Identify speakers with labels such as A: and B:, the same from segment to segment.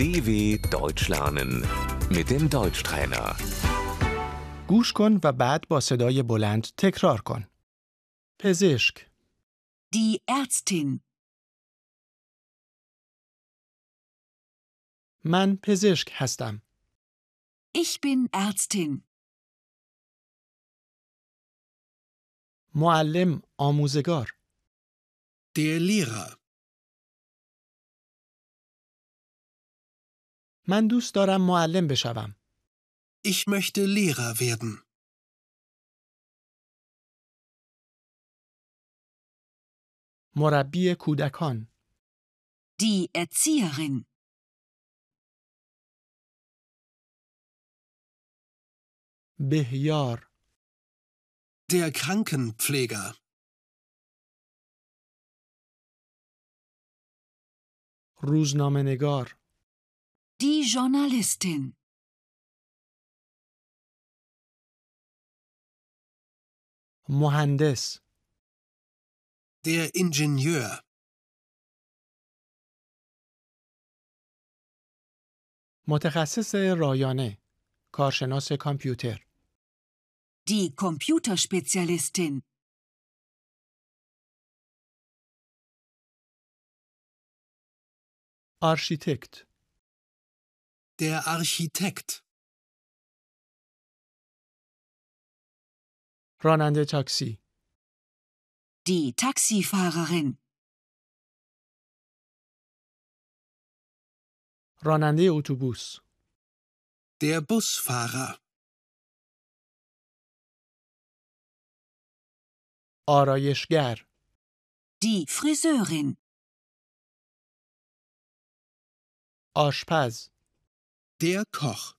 A: DW Deutsch lernen mit dem Deutschtrainer.
B: گوش کن و بعد با صدای بلند تکرار کن. پزشک،
C: Die Ärztin.
B: من پزشک هستم.
C: Ich bin Ärztin.
B: معلم، آموزگار.
D: Der Lehrer.
B: من دوست دارم معلم بشوم.
D: Ich möchte Lehrer werden.
B: مربی کودکان،
C: Die Erzieherin.
B: بهیار،
D: Der Krankenpfleger.
B: روزنامه‌نگار،
C: Die Journalistin.
B: مهندس،
D: Der Ingenieur.
B: متخصص رایانه، کارشناس کامپیوتر،
C: Die Computerspezialistin.
B: آرشیتکت،
D: Der Architekt.
B: راننده تاکسی،
C: Die Taxifahrerin.
B: راننده اتوبوس،
D: Der Busfahrer.
B: آرایشگر،
C: Die Friseurin.
B: آشپز،
D: Der Koch.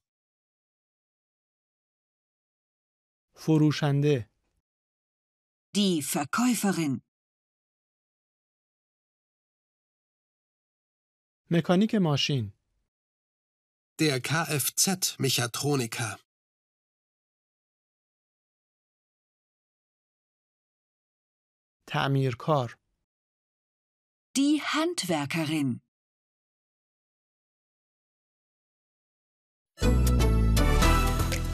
B: فروشنده،
C: Die Verkäuferin.
B: مکانیک ماشین،
D: Der Kfz-Mechatroniker.
B: تعمیرکار،
C: Die Handwerkerin.